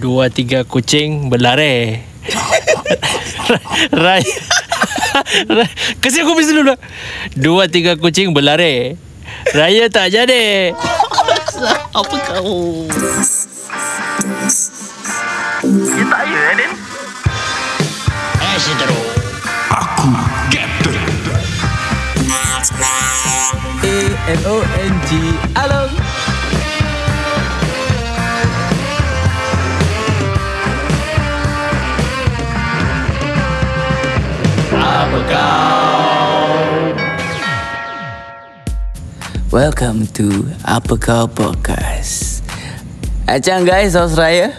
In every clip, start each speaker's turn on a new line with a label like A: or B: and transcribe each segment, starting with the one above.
A: dua tiga kucing berlari. Rai. Rai. Kasi aku mesti dulu. Dua tiga kucing berlari. Raya tak jadi.
B: Apa kau?
C: Dia tak ya Adin
D: Aku Captain
B: A-N-O-N-G Along
E: Welcome to Apa Kau Podcast Macam guys, Saus Raya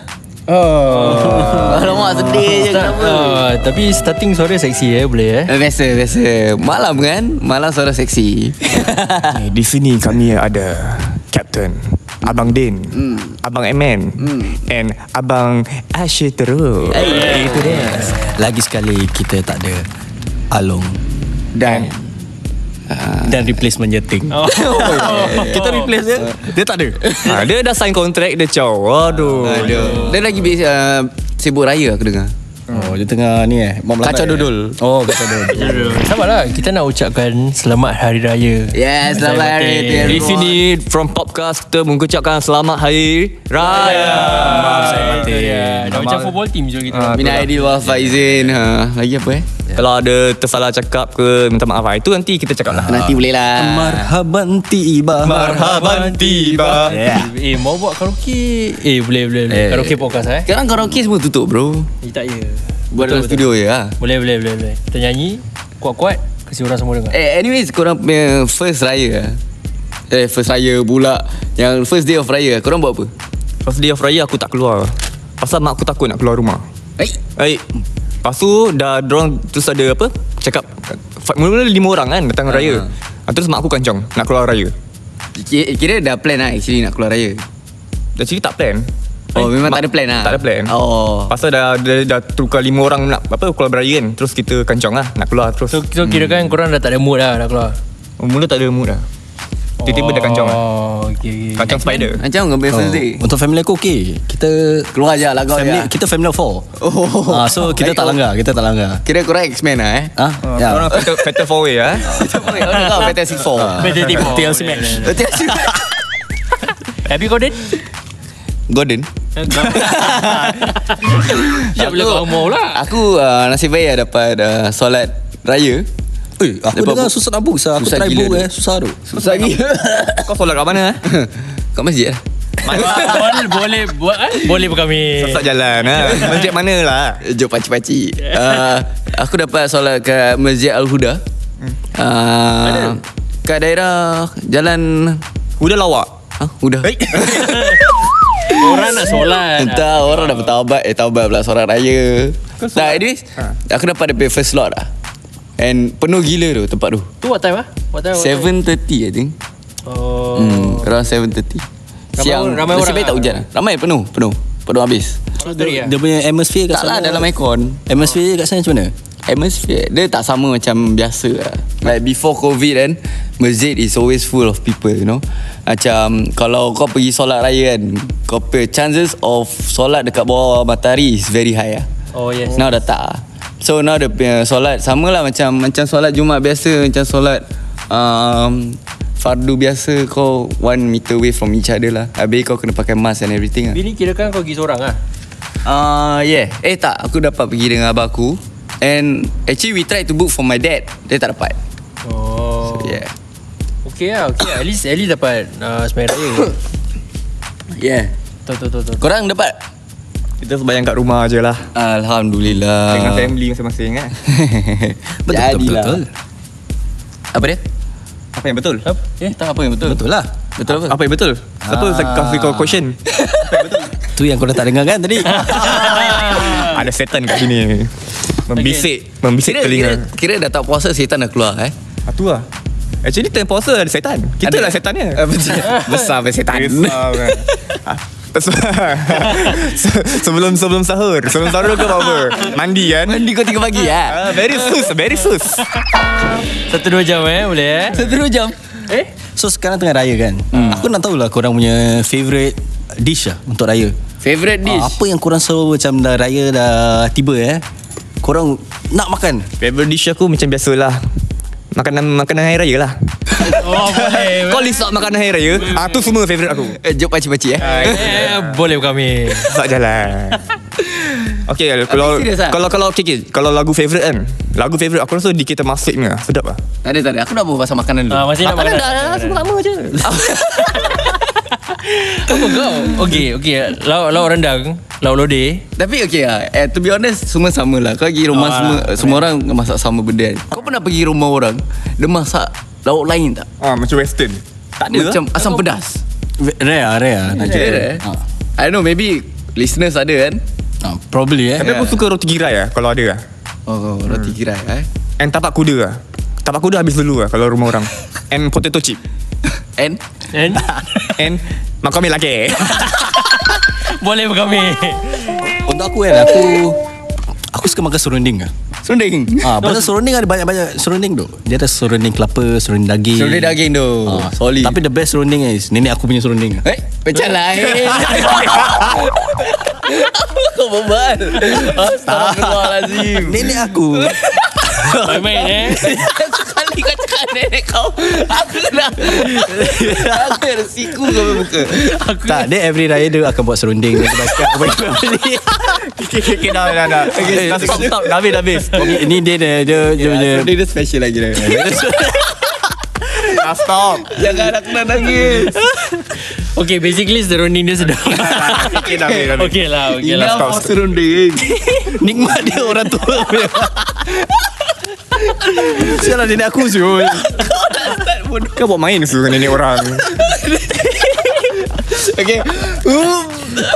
A: Oh.
E: Alamak, sedih je kenapa
A: Oh, tapi starting suara seksi eh boleh eh.
E: Eh, Biasa, biasa Malam kan? Malam suara seksi
F: Eh, Di sini kami ada Captain Abang Din Abang Eman And Abang Asher Teruk Itu dia
G: Eh, Lagi sekali kita tak ada Along
E: Dan
G: Dan replacement je Ting oh. Kita replace dia Dia tak ada
F: ha, Dia dah sign contract Dia caw Aduh
E: Aduh Dia lagi bis, uh, sibuk raya aku dengar
G: Oh dia tengah ni eh Mak Melarat
E: Kacau
G: eh.
E: dodol.
G: Oh kacau dodol
A: Sama lah Kita nak ucapkan Selamat Hari Raya
E: Yes, selamat
A: Selamat
E: hari raya
A: hari.
E: Di
F: Di sini From Podcast Kita mengucapkan Selamat Hari Raya
A: Ya, Dah macam football team je kita
E: Minal Aidil wal faizin ha, Lagi apa eh?
F: Kalau ada tersalah cakap ke Minta maaf ah, Itu nanti kita cakap lah
E: Nanti boleh lah
G: Marhaban tiba
F: Marhaban tiba
A: yeah. Eh mau buat karaoke Eh boleh boleh, boleh.
E: Eh.
A: Karaoke podcast eh
E: Sekarang karaoke semua tutup bro
A: Eh, Tak ya
E: Buat dalam studio je lah
A: Boleh boleh boleh boleh Kita nyanyi Kuat-kuat Kasi orang semua dengar
E: Eh, anyways, korang punya first raya Eh, first raya pula Yang first day of raya Korang buat apa?
F: First day of Raya aku tak keluar Pasal mak aku takut nak keluar rumah
E: Eh,
F: Eh Lepas tu dah dorang terus ada apa Cakap fa- Mula-mula lima orang kan datang raya ha, Terus mak aku kancong nak keluar raya
E: kira, kira dah plan lah actually nak keluar raya
F: Actually tak plan
E: Oh, memang
F: mak-
E: tak ada plan lah?
F: Tak ada plan
E: Oh.
F: Pasal dah, dah, dah tukar lima orang nak apa keluar beraya kan Terus kita kancong lah nak keluar terus
A: So,
E: Hmm.
A: so kira kan korang dah tak ada mood lah Dah keluar
F: Mula tak ada mood lah Tiba-tiba dah kancong lah
A: Oh okay, okay.
F: Kancong spider
E: Macam kau punya first day?
G: Untuk family aku okey Kita
E: Keluar je lah kau
G: family,
E: je
G: Kita family of four
E: Oh.
G: Ah, So kita
E: Baik,
G: tak
E: oh.
G: langgar Kita tak langgar
E: Kira korang X-Men lah eh
G: Ah,
F: Oh,
G: ya.
F: Korang fatal, fatal four way lah eh.
E: Orang kau Fantastic Four
A: Better tip TLC match Happy kau Din?
E: Gordon
A: Siap bila kau mau lah
E: Aku uh, nasib baik lah dapat uh, solat raya
G: Eh, aku
E: Lepas
G: dengar
E: bu-
G: susah nak book sah. Aku
E: Susah
G: try
E: gila
G: book
E: dia.
G: eh Susah tu
E: Susah gila
F: Kau solat kat mana eh?
E: ah? Kat masjid lah
A: Boleh Boleh buat eh? Boleh bukan kami
F: Solat jalan lah Masjid mana lah
E: Jom pakcik-pakcik uh, Aku dapat solat kat Masjid Al-Huda
F: Hmm.
E: uh, Kat daerah Jalan
F: Udah lawak
E: huh, Huda
F: Eh?
A: Orang nak solat
E: Entah orang dah bertaubat Eh taubat pula solat raya Tak anyways
A: Ha.
E: Aku dapat daripada first slot lah And penuh gila tu tempat tu
A: Tu what time ah? What time? what time?
E: 7.30 I think
A: Oh.
E: hmm, Around 7.30
A: Ramai
E: Siang
A: orang- ramai
E: Nasib
A: orang
E: baik
A: lah.
E: tak hujan lah. Ramai penuh Penuh Penuh habis
A: Sorry ah.
G: Dia punya atmosphere kat
E: Ya. Tak lah
G: sana
E: dalam aircon
G: Atmosphere kat sana macam mana?
E: Atmosphere Dia tak sama macam biasa lah Like before covid kan Masjid is always full of people you know Macam Kalau kau pergi solat raya kan Kau punya chances of Solat dekat bawah matahari Is very high lah
A: Oh, yes.
E: Now dah tak lah. So now dia punya solat Sama lah macam Macam solat Jumat biasa Macam solat um, Fardu biasa Kau one meter away from each other lah Habis kau kena pakai mask and everything lah
A: Bini kira kan kau pergi seorang ah.
E: Ah uh, yeah. Eh tak, aku dapat pergi dengan abang aku. And actually we tried to book for my dad. Dia tak dapat.
A: Oh.
E: Yeah.
A: Okay lah, okay lah. At least, at least dapat uh, Semayang Raya ke?
E: Yeah.
A: Tuh, tuh, tuh, tuh.
E: Korang dapat?
F: Kita sebayang kat rumah je lah
E: Alhamdulillah.
F: Dengan family masing-masing kan
E: betul, betul, betul, betul. Apa dia?
F: Apa yang betul?
E: Eh, tak apa yang betul.
G: Betul lah
E: Betul apa?
F: Apa yang betul? Siapa ah. kasih kau question?
G: Tu yang kau dah tak dengar kan tadi
F: Ada setan kat sini Membisik Membisik
E: Kira, kira,
F: telinga
E: kira dah tak puasa setan dah keluar eh.
F: Ah, tu lah Actually time puasa ada setan Kita
E: Ada.
F: lah setannya
E: Ah, betul. Besar apa setan.
F: Ah, sebelum sebelum sahur sebelum sahur ke apa mandi kan
E: Mandi kau tiga pagi
G: eh?
E: ah.
F: Ah, very sus very sus
A: Satu dua jam eh, boleh eh?
E: Satu jam.
G: So sekarang tengah raya kan hmm. Aku nak tahulah korang punya favourite dish lah untuk raya
E: Favorite dish.
G: Ah, apa yang korang selalu macam dah raya dah tiba eh? Korang nak makan?
F: Favorite dish aku macam biasalah. Makanan makanan hari raya lah.
A: Oh boleh
F: Kau list out makanan hari raya, ah tu semua favorite aku.
E: Eh, jawab pakcik-pakcik eh.
A: Eh, Boleh kami
F: Tak jalan. Okay kalau
E: serious ah?
F: kalau kalau okay, okay, kalau lagu favorite kan. Lagu favorite aku rasa DK Termasik ni. lah. Sedap ah.
E: Tak ada, tak ada. Aku nak berbual pasal makanan dulu.
A: Ah, Masih nak
E: makanan.
A: makanan.
E: dah dah semua lama je.
A: Apa kau? Okey, okey. Lauk lauk rendang, lauk lodeh.
E: Tapi okay lah. Eh, to be honest, semua sama lah. Kau pergi rumah
A: Ah,
E: semua, semua orang masak sama benda kan. Kau pernah pergi rumah orang, dia masak lauk lain tak?
F: Ah macam western.
E: Tak ada Macam asam pedas.
G: Rare lah, rare lah. nak
E: Kira
G: cakap.
E: eh? I don't know, maybe listeners ada kan?
G: Ah, probably eh.
F: Tapi aku suka roti girai ah kalau ada ah.
E: Oh, roti kirai eh.
F: And tapak kuda ah. Tapak kuda habis dulu ah kalau rumah orang. And potato chip.
E: And?
A: And
F: And makan mi lagi.
A: boleh kami.
G: Untuk aku kan, aku... Aku suka makan serunding lah.
E: Serunding.
G: Ah, pasal serunding ada banyak-banyak serunding tu. Dia ada serunding kelapa, serunding daging.
E: Serunding daging tu.
G: Ah,
E: Solid.
G: Tapi the best serunding is nenek aku punya serunding. lah.
E: Eh, macam lain. Apa kau berbual? Astagfirullahalazim.
G: Nenek aku
A: Main-main eh.
E: Sekali kau cakap nenek kau Aku nak Aku ada siku kau punya muka
F: Eh,
G: Tak dia every raya Dia akan buat serunding Dia basket Apa yang beli
F: Okay, okay, okay, dah, dah, dah. Okay,
G: Eh, Stop stop Dah habis Ya, dah habis Ini dia dia Dia dia, dia,
E: Dia dia special lagi dah
F: dah, stop.
E: Jangan aku nak nangis
A: Okey, basically serunding dia sedap.
F: Okay, dah, habis, dah, habis.
A: Okey lah, okey
E: Enough
A: lah.
F: stop,
E: for
F: stop.
E: serunding
G: Nikmat dia orang tua punya. Sial lah nenek aku siul
F: Kau buat main suruh nenek orang.
E: Okay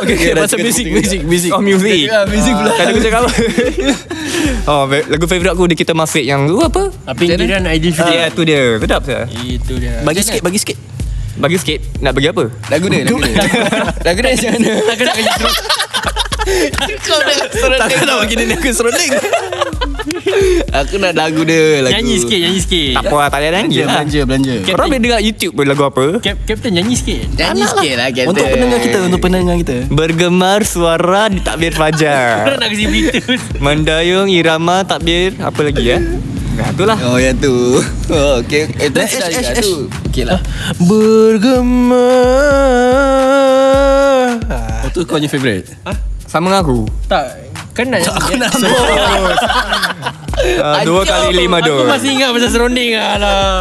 G: Okay Pasal
E: dah,
G: music Music Music
F: Oh, music.
E: Ah, music pula.
F: Kan aku cakap apa? oh, fa- lagu favorite aku DK Termasik yang tu apa?
A: Apa pinggiran
F: Ah,
A: Aidilfitri.
F: Ya, tu dia. Sedap
A: lah
F: sah.
A: Itu dia.
G: Bagi sikit Bagi sikit
F: Bagi sikit. Nak bagi apa?
E: Lagu dia Lagu dia Lagu dia macam mana
A: Takkan nak kerja terus.
E: Kau nak serunding
G: Takkan nak bagi nenek aku serunding
E: Aku nak lagu dia lagu.
A: Nyanyi sikit, nyanyi sikit.
F: Tak apa lah, tak payah nyanyi lah.
G: Belanja belanja
F: Korang boleh dengar YouTube pun lagu apa?
A: Cap- Captain nyanyi sikit.
E: Nyanyi sikit lah Captain
G: Untuk pendengar kita Untuk pendengar kita
F: Bergemar suara di takbir
A: Orang
F: fajar
A: nak kasi berita.
F: Mendayung irama takbir Apa lagi ya? Nah, itulah
E: Oh yang tu oh, Okay Eh tu
G: Ash,
E: dah
G: Ash,
E: juga
G: Ash.
E: tu Okay lah
A: Bergema.
G: Oh tu kau punya favourite
F: Sama dengan aku
A: Tak, kan nak Aku nak
F: uh, Dua kali lima
A: Aku
F: dua
A: masih ingat pasal serunding ah lah.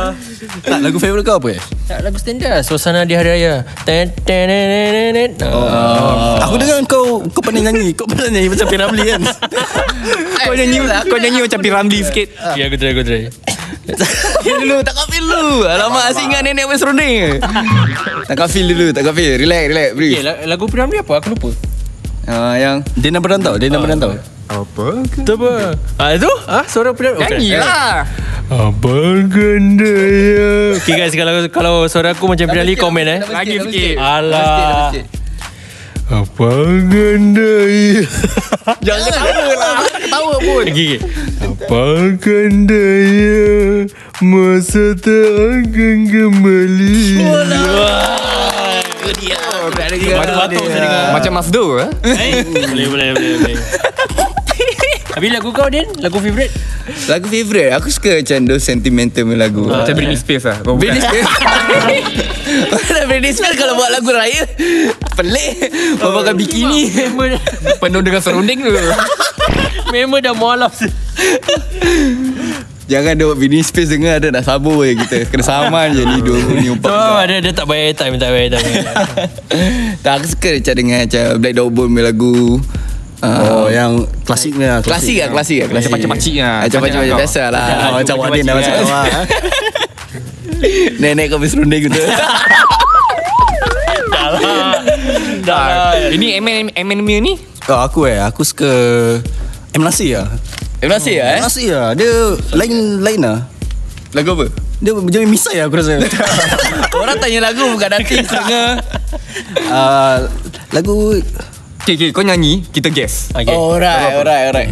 G: Tak lagu favourite kau apa eh
A: Tak lagu standard lah. Suasana di hari raya ten, ten, ten, ten, ten, ten. Oh.
G: Ah. Aku dengar kau Kau pernah nyanyi Kau pernah nyanyi macam Piramli kan
E: Eh,
F: Kau nyanyi
E: lah,
F: Kau nyanyi macam Piramli sikit
A: Okay Ya, aku try aku try
E: Feel dulu Tak kau feel dulu Alamak asyik ingat nenek pun serunding ke? Tak kau feel dulu Tak kau feel Relax relax
A: Okay
E: Breathe
A: la- lagu Piramli apa aku lupa
E: Ah, Yang Ah.
G: Dia nak berantau Dia nak berantau
F: Apa
A: Itu apa Ah itu ah suara Piramli
E: Nyanyi lah
A: Abang gendaya Okay guys kalau kalau suara aku macam Piramli komen eh
F: Lagi sikit.
A: Alah Abang gendaya
E: Jangan ketawa lah Ketawa pun
A: Okay Abang gendaya Masa tak akan kembali
E: Itu dia Aku nak dengar.
A: lah. Batuk-batuk saya dengar
F: Macam Mafdo eh?
A: Eh, boleh boleh boleh boleh. Habis lagu kau Din? Lagu favourite?
E: Lagu favourite Aku suka macam Those sentimental punya lagu
F: Macam Britney Spears lah Oh, bukan.
E: Britney Spears Mana Britney Spears Kalau buat lagu raya Pelik Mau pakai bikini
A: Member dah,
F: Penuh dengan serunding tu
A: member dah mualaf
E: Jangan duk Britney Spears dengar Ada nak sabur je kita Kena saman je ni Dua ni
A: So
E: umpam
A: dia, dia tak bayar time Tak bayar time
E: Tak aku suka macam dengan Macam Black Dog Bone punya lagu
G: Oh
E: Uh,
G: yang klasik ni lah
E: Klasik lah Klasik lah klasik.
F: Macam pakcik lah.
E: Macam
F: Macam
E: pakcik
F: kau.
E: Biasa lah
G: Ah, Macam Wak Din dah
F: Macam
G: masuk
F: pakcik
G: awal eh.
E: Nenek kau berserunding tu lah.
F: Ini Emin Emin Mia ni
G: Oh aku eh Aku suka M. Nasir lah
E: Terima kasih lah
G: M.
E: eh
G: Nasir lah Dia lain lain lah
E: Lagu apa?
G: Dia dia misai lah aku rasa
E: Orang tanya lagu bukan nanti Tengah
G: Ah, Lagu
F: Okay, okay kau nyanyi Kita guess
A: Okay
E: Oh, Alright Alright Alright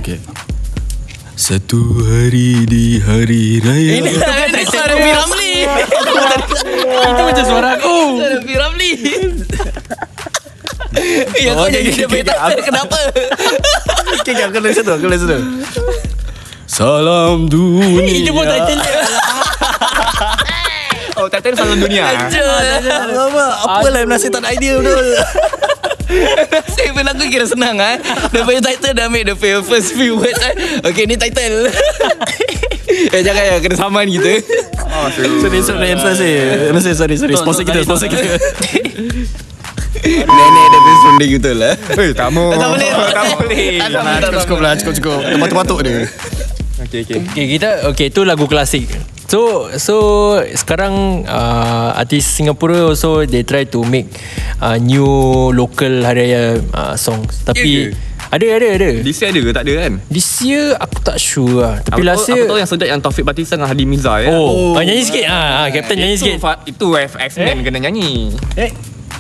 G: Satu hari di hari raya
E: Ini ada suara P. Ramli
A: Itu macam suara aku
E: Suara P. Ramli Ya
G: Oh,
E: kau jadi
G: okay,
E: dia
G: okay,
E: punya tak Kenapa
G: Okay, okay, kena satu, kena satu. Salam dunia.
E: Dia pun tak jenis
F: Oh Titan salam dunia
E: Ah,
G: Alamak, apa lah Nasir tak ada idea betul.
E: Saya pun aku kira senang ah. Dia punya title dah ambil Dia punya first few words eh. Okay ni title Eh jangan ya Kena saman kita
G: Sorry, sorry, I'm sorry. I'm sorry, sorry, sorry. Sponsor kita, sponsor kita.
E: Nenek dia punya serunding betul lah
F: Eh tak mau
E: Tak boleh
F: Tak boleh
E: boleh
G: Cukup, cukup lah, cukup, cukup. Dia batuk-batuk dia.
F: Okay okay
A: Okay kita Okay tu lagu klasik So so sekarang uh, artis Singapura also they try to make uh, new local hari raya uh, songs tapi
F: Ya ke?
A: ada ada ada
F: This year ada ke tak ada kan
A: this year aku tak sure lah tapi
F: Aku tahu-
A: last
F: Aku
A: year
F: tahu yang sedap Yang Taufik Batisah Dengan Hadi Miza ya.
A: oh, oh nyanyi sikit ah, ah captain nyanyi
F: Itu,
A: sikit
F: fa- itu X-Men kena nyanyi
A: eh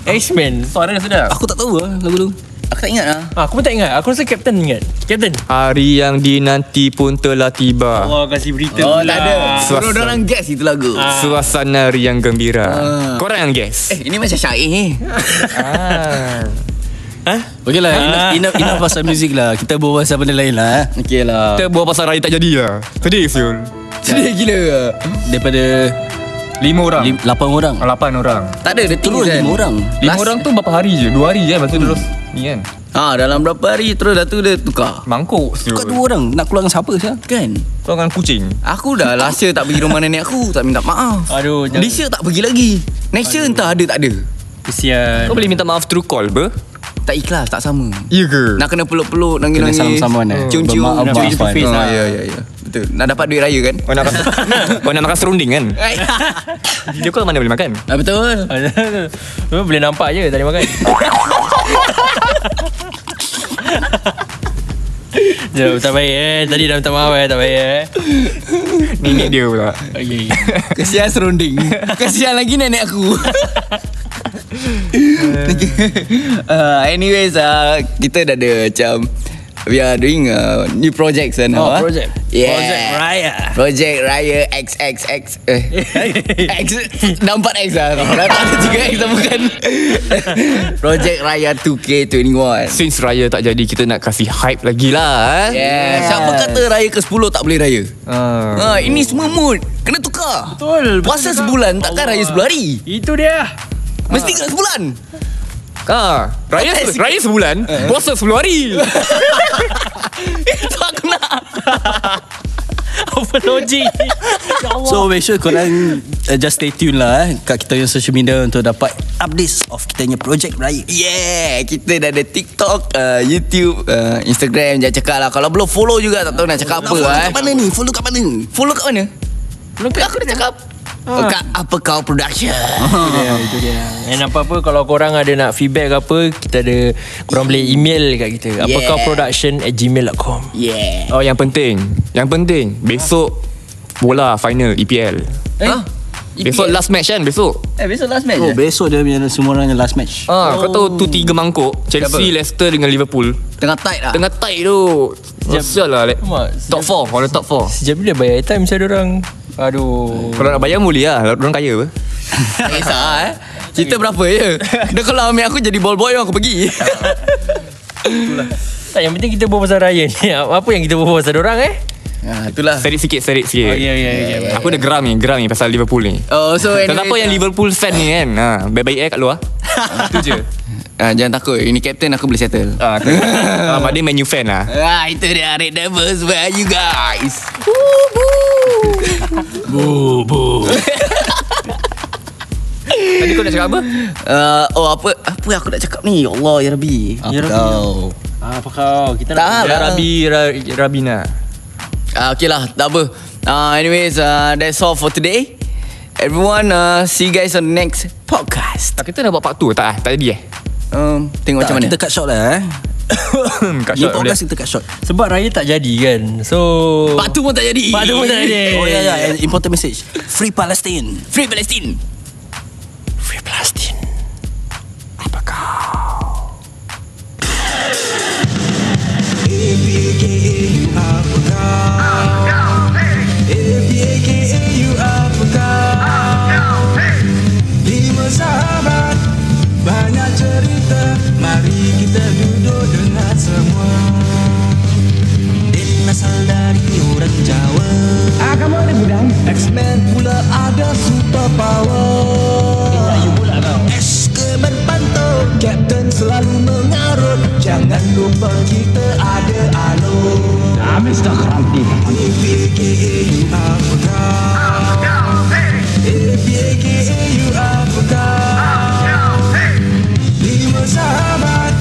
A: X-Men
F: Suara dia sedap
G: Aku tak tahu lah lagu tu.
E: Aku tak ingat lah
A: ah, Aku pun tak ingat Aku rasa Captain ingat Captain
F: Hari yang dinanti pun telah tiba
A: Allah kasi berita
E: Oh
G: lah.
F: Lah.
E: tak ada
F: Suasana.
E: Suruh orang guess itu lagu
F: Suasana riang gembira Ah. Korang yang guess
E: Eh ini macam syair ni
G: Okay lah, enough, enough, enough pasal music lah. Kita berbual pasal benda lain lah. eh.
E: Okay lah
F: Kita buat pasal raya tak jadi lah Sedih Syul
E: Sedih gila
G: Daripada
F: Lima orang
G: lim- lapan orang.
F: Lapan orang
E: Tak ada dia
G: Terus
E: tinggi kan
G: lima orang.
F: Lima
E: Last-
F: orang tu berapa hari je Dua hari je eh? Lepas tu terus Ni kan
E: Ha dalam berapa hari Terus dah tu dia tukar
F: Mangkuk Syul
G: Kau dua orang nak keluar dengan siapa sah?
E: Kan
F: Kau kan kucing
E: Aku dah last year tak pergi rumah nenek aku Tak minta maaf
A: Aduh, jangan.
E: This year tak pergi lagi Next year entah ada tak ada
A: Kesian
F: Kau boleh minta maaf through call ber
E: Tak ikhlas tak sama
F: Ya ke
E: Nak kena peluk-peluk Nangis-nangis
G: Kena salam-salaman, eh?
E: Cium-cium
G: Bermaaf-
E: Cium-cium
G: maafan.
E: face lah. Ya ya ya Betul Nak dapat duit raya kan
F: Kau nak makan Kau nak makan serunding kan Dia kau mana boleh makan
E: Ah, betul
A: Memang boleh nampak je Tadi makan Jom, tak baik eh Tadi dah minta maaf eh Tak baik eh
F: Nenek dia pula
A: okay.
E: Kesian serunding Kesian lagi nenek aku uh, Anyways uh, Kita dah ada macam We are doing uh, new projects uh, now.
A: Oh,
E: ah.
A: project.
E: Yeah.
A: Project Raya.
E: Project Raya XXX. Eh. X. Dah empat X lah. Dah tak ada tiga X dah bukan. Project Raya 2K21.
F: Since raya tak jadi Kita nak kasih hype lagi lah eh?
E: Yeah. Siapa kata Raya ke-10 tak boleh Raya?
F: Ah.
E: Ha, ini semua mood. Kena tukar.
A: Betul, betul
E: Puasa
A: juga.
E: sebulan takkan Raya 10 hari.
A: Itu dia
E: Mesti kena sebulan.
F: Ah, raya
E: Atas-
F: raya sebulan, puasa 10 hari.
E: tak kena.
A: Apa logik
F: Ya
G: So make sure korang uh, just stay tune lah eh, kat kita punya social media untuk dapat updates of kita punya project raya.
E: Yeah, kita dah ada TikTok, uh, YouTube, uh, Instagram. Jangan cakap lah. Kalau belum follow juga tak tahu nak cakap apa.
G: follow
E: eh.
G: kat mana ni? Follow kat mana?
E: Follow kat mana? Follow kat aku dah cakap. Oh, Kat apa kau production.
A: And apa-apa Kalau korang ada nak feedback ke apa Kita ada Korang boleh email kat kita yeah.
E: Yeah.
A: Apakah production at gmail.com
E: Yeah.
F: Oh, yang penting, yang penting besok bola final EPL.
E: Eh? Huh?
A: E
F: Besok last match kan besok.
E: eh, besok last match.
G: Oh,
E: Oh,
G: besok dia punya semua orang yang last match.
F: Ah,
A: Oh.
F: kau tahu tu tiga mangkuk Chelsea,
E: Siapa?
F: Leicester dengan Liverpool.
E: Tengah tight
A: Ah.
E: lah.
F: Tengah tight tu. Sial lah. Like,
A: Mak,
F: top 4, kalau top 4.
A: Sejak bila bayar time saya orang Aduh
F: Kalau nak bayar boleh lah. Orang kaya apa?
E: Tak kisah eh. Cerita berapa je. Dia kalau ambil aku jadi ball boy aku pergi.
A: Tak yang penting kita berbual pasal raya ni Apa yang kita berbual pasal orang eh
E: ha, itulah.
F: Serik sikit, serik sikit.
A: yeah, yeah.
F: Aku dah geram ni, geram ni pasal Liverpool ni.
E: Oh, so anyway,
F: Kenapa yang Liverpool fan ni kan? Ha, baik-baik eh kat luar. Itu je.
E: Ah, jangan takut. Ini captain aku boleh settle.
F: Ah, tu. ah, Pak Din Man U fan lah.
E: Ah, itu dia Red Devils for you guys.
F: Tadi kau nak cakap apa?
E: Uh, oh apa apa aku nak cakap ni? Ya Allah ya Rabbi.
G: Apa kau?
A: Ah, Apa kau Kita nak
E: Tak
F: Ya
E: lah.
F: Rabi Ra- Rabina.
E: Ah, okay lah, tak apa. Uh, anyways, uh, that's all for today. Everyone, uh, see you guys on the next podcast.
F: Tak kita nak buat part 2 tak? ah? Tak jadi eh?
E: Um, tengok
G: Tak,
E: macam mana.
G: Kita cut short lah eh.
F: Hmm, Kat
G: Ni
F: shot boleh.
G: podcast kita cut short.
A: Sebab raya tak jadi kan So
E: Part tu pun tak jadi.
A: Part tu pun tak jadi.
G: Oh ya ya, an important message. Free Palestine.
E: Free Palestine.
A: Free Palestine
H: Lima sahabat Banyak cerita Mari
G: X-Men pula ada super power X-Men berpantau Captain selalu mengarut Jangan lupa kita ada alur ABGAU Afrika Lima sahabat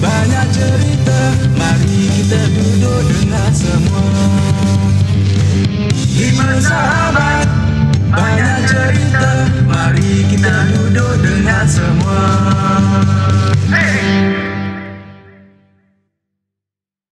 G: Banyak cerita Mari kita duduk dengar semua Lima sahabat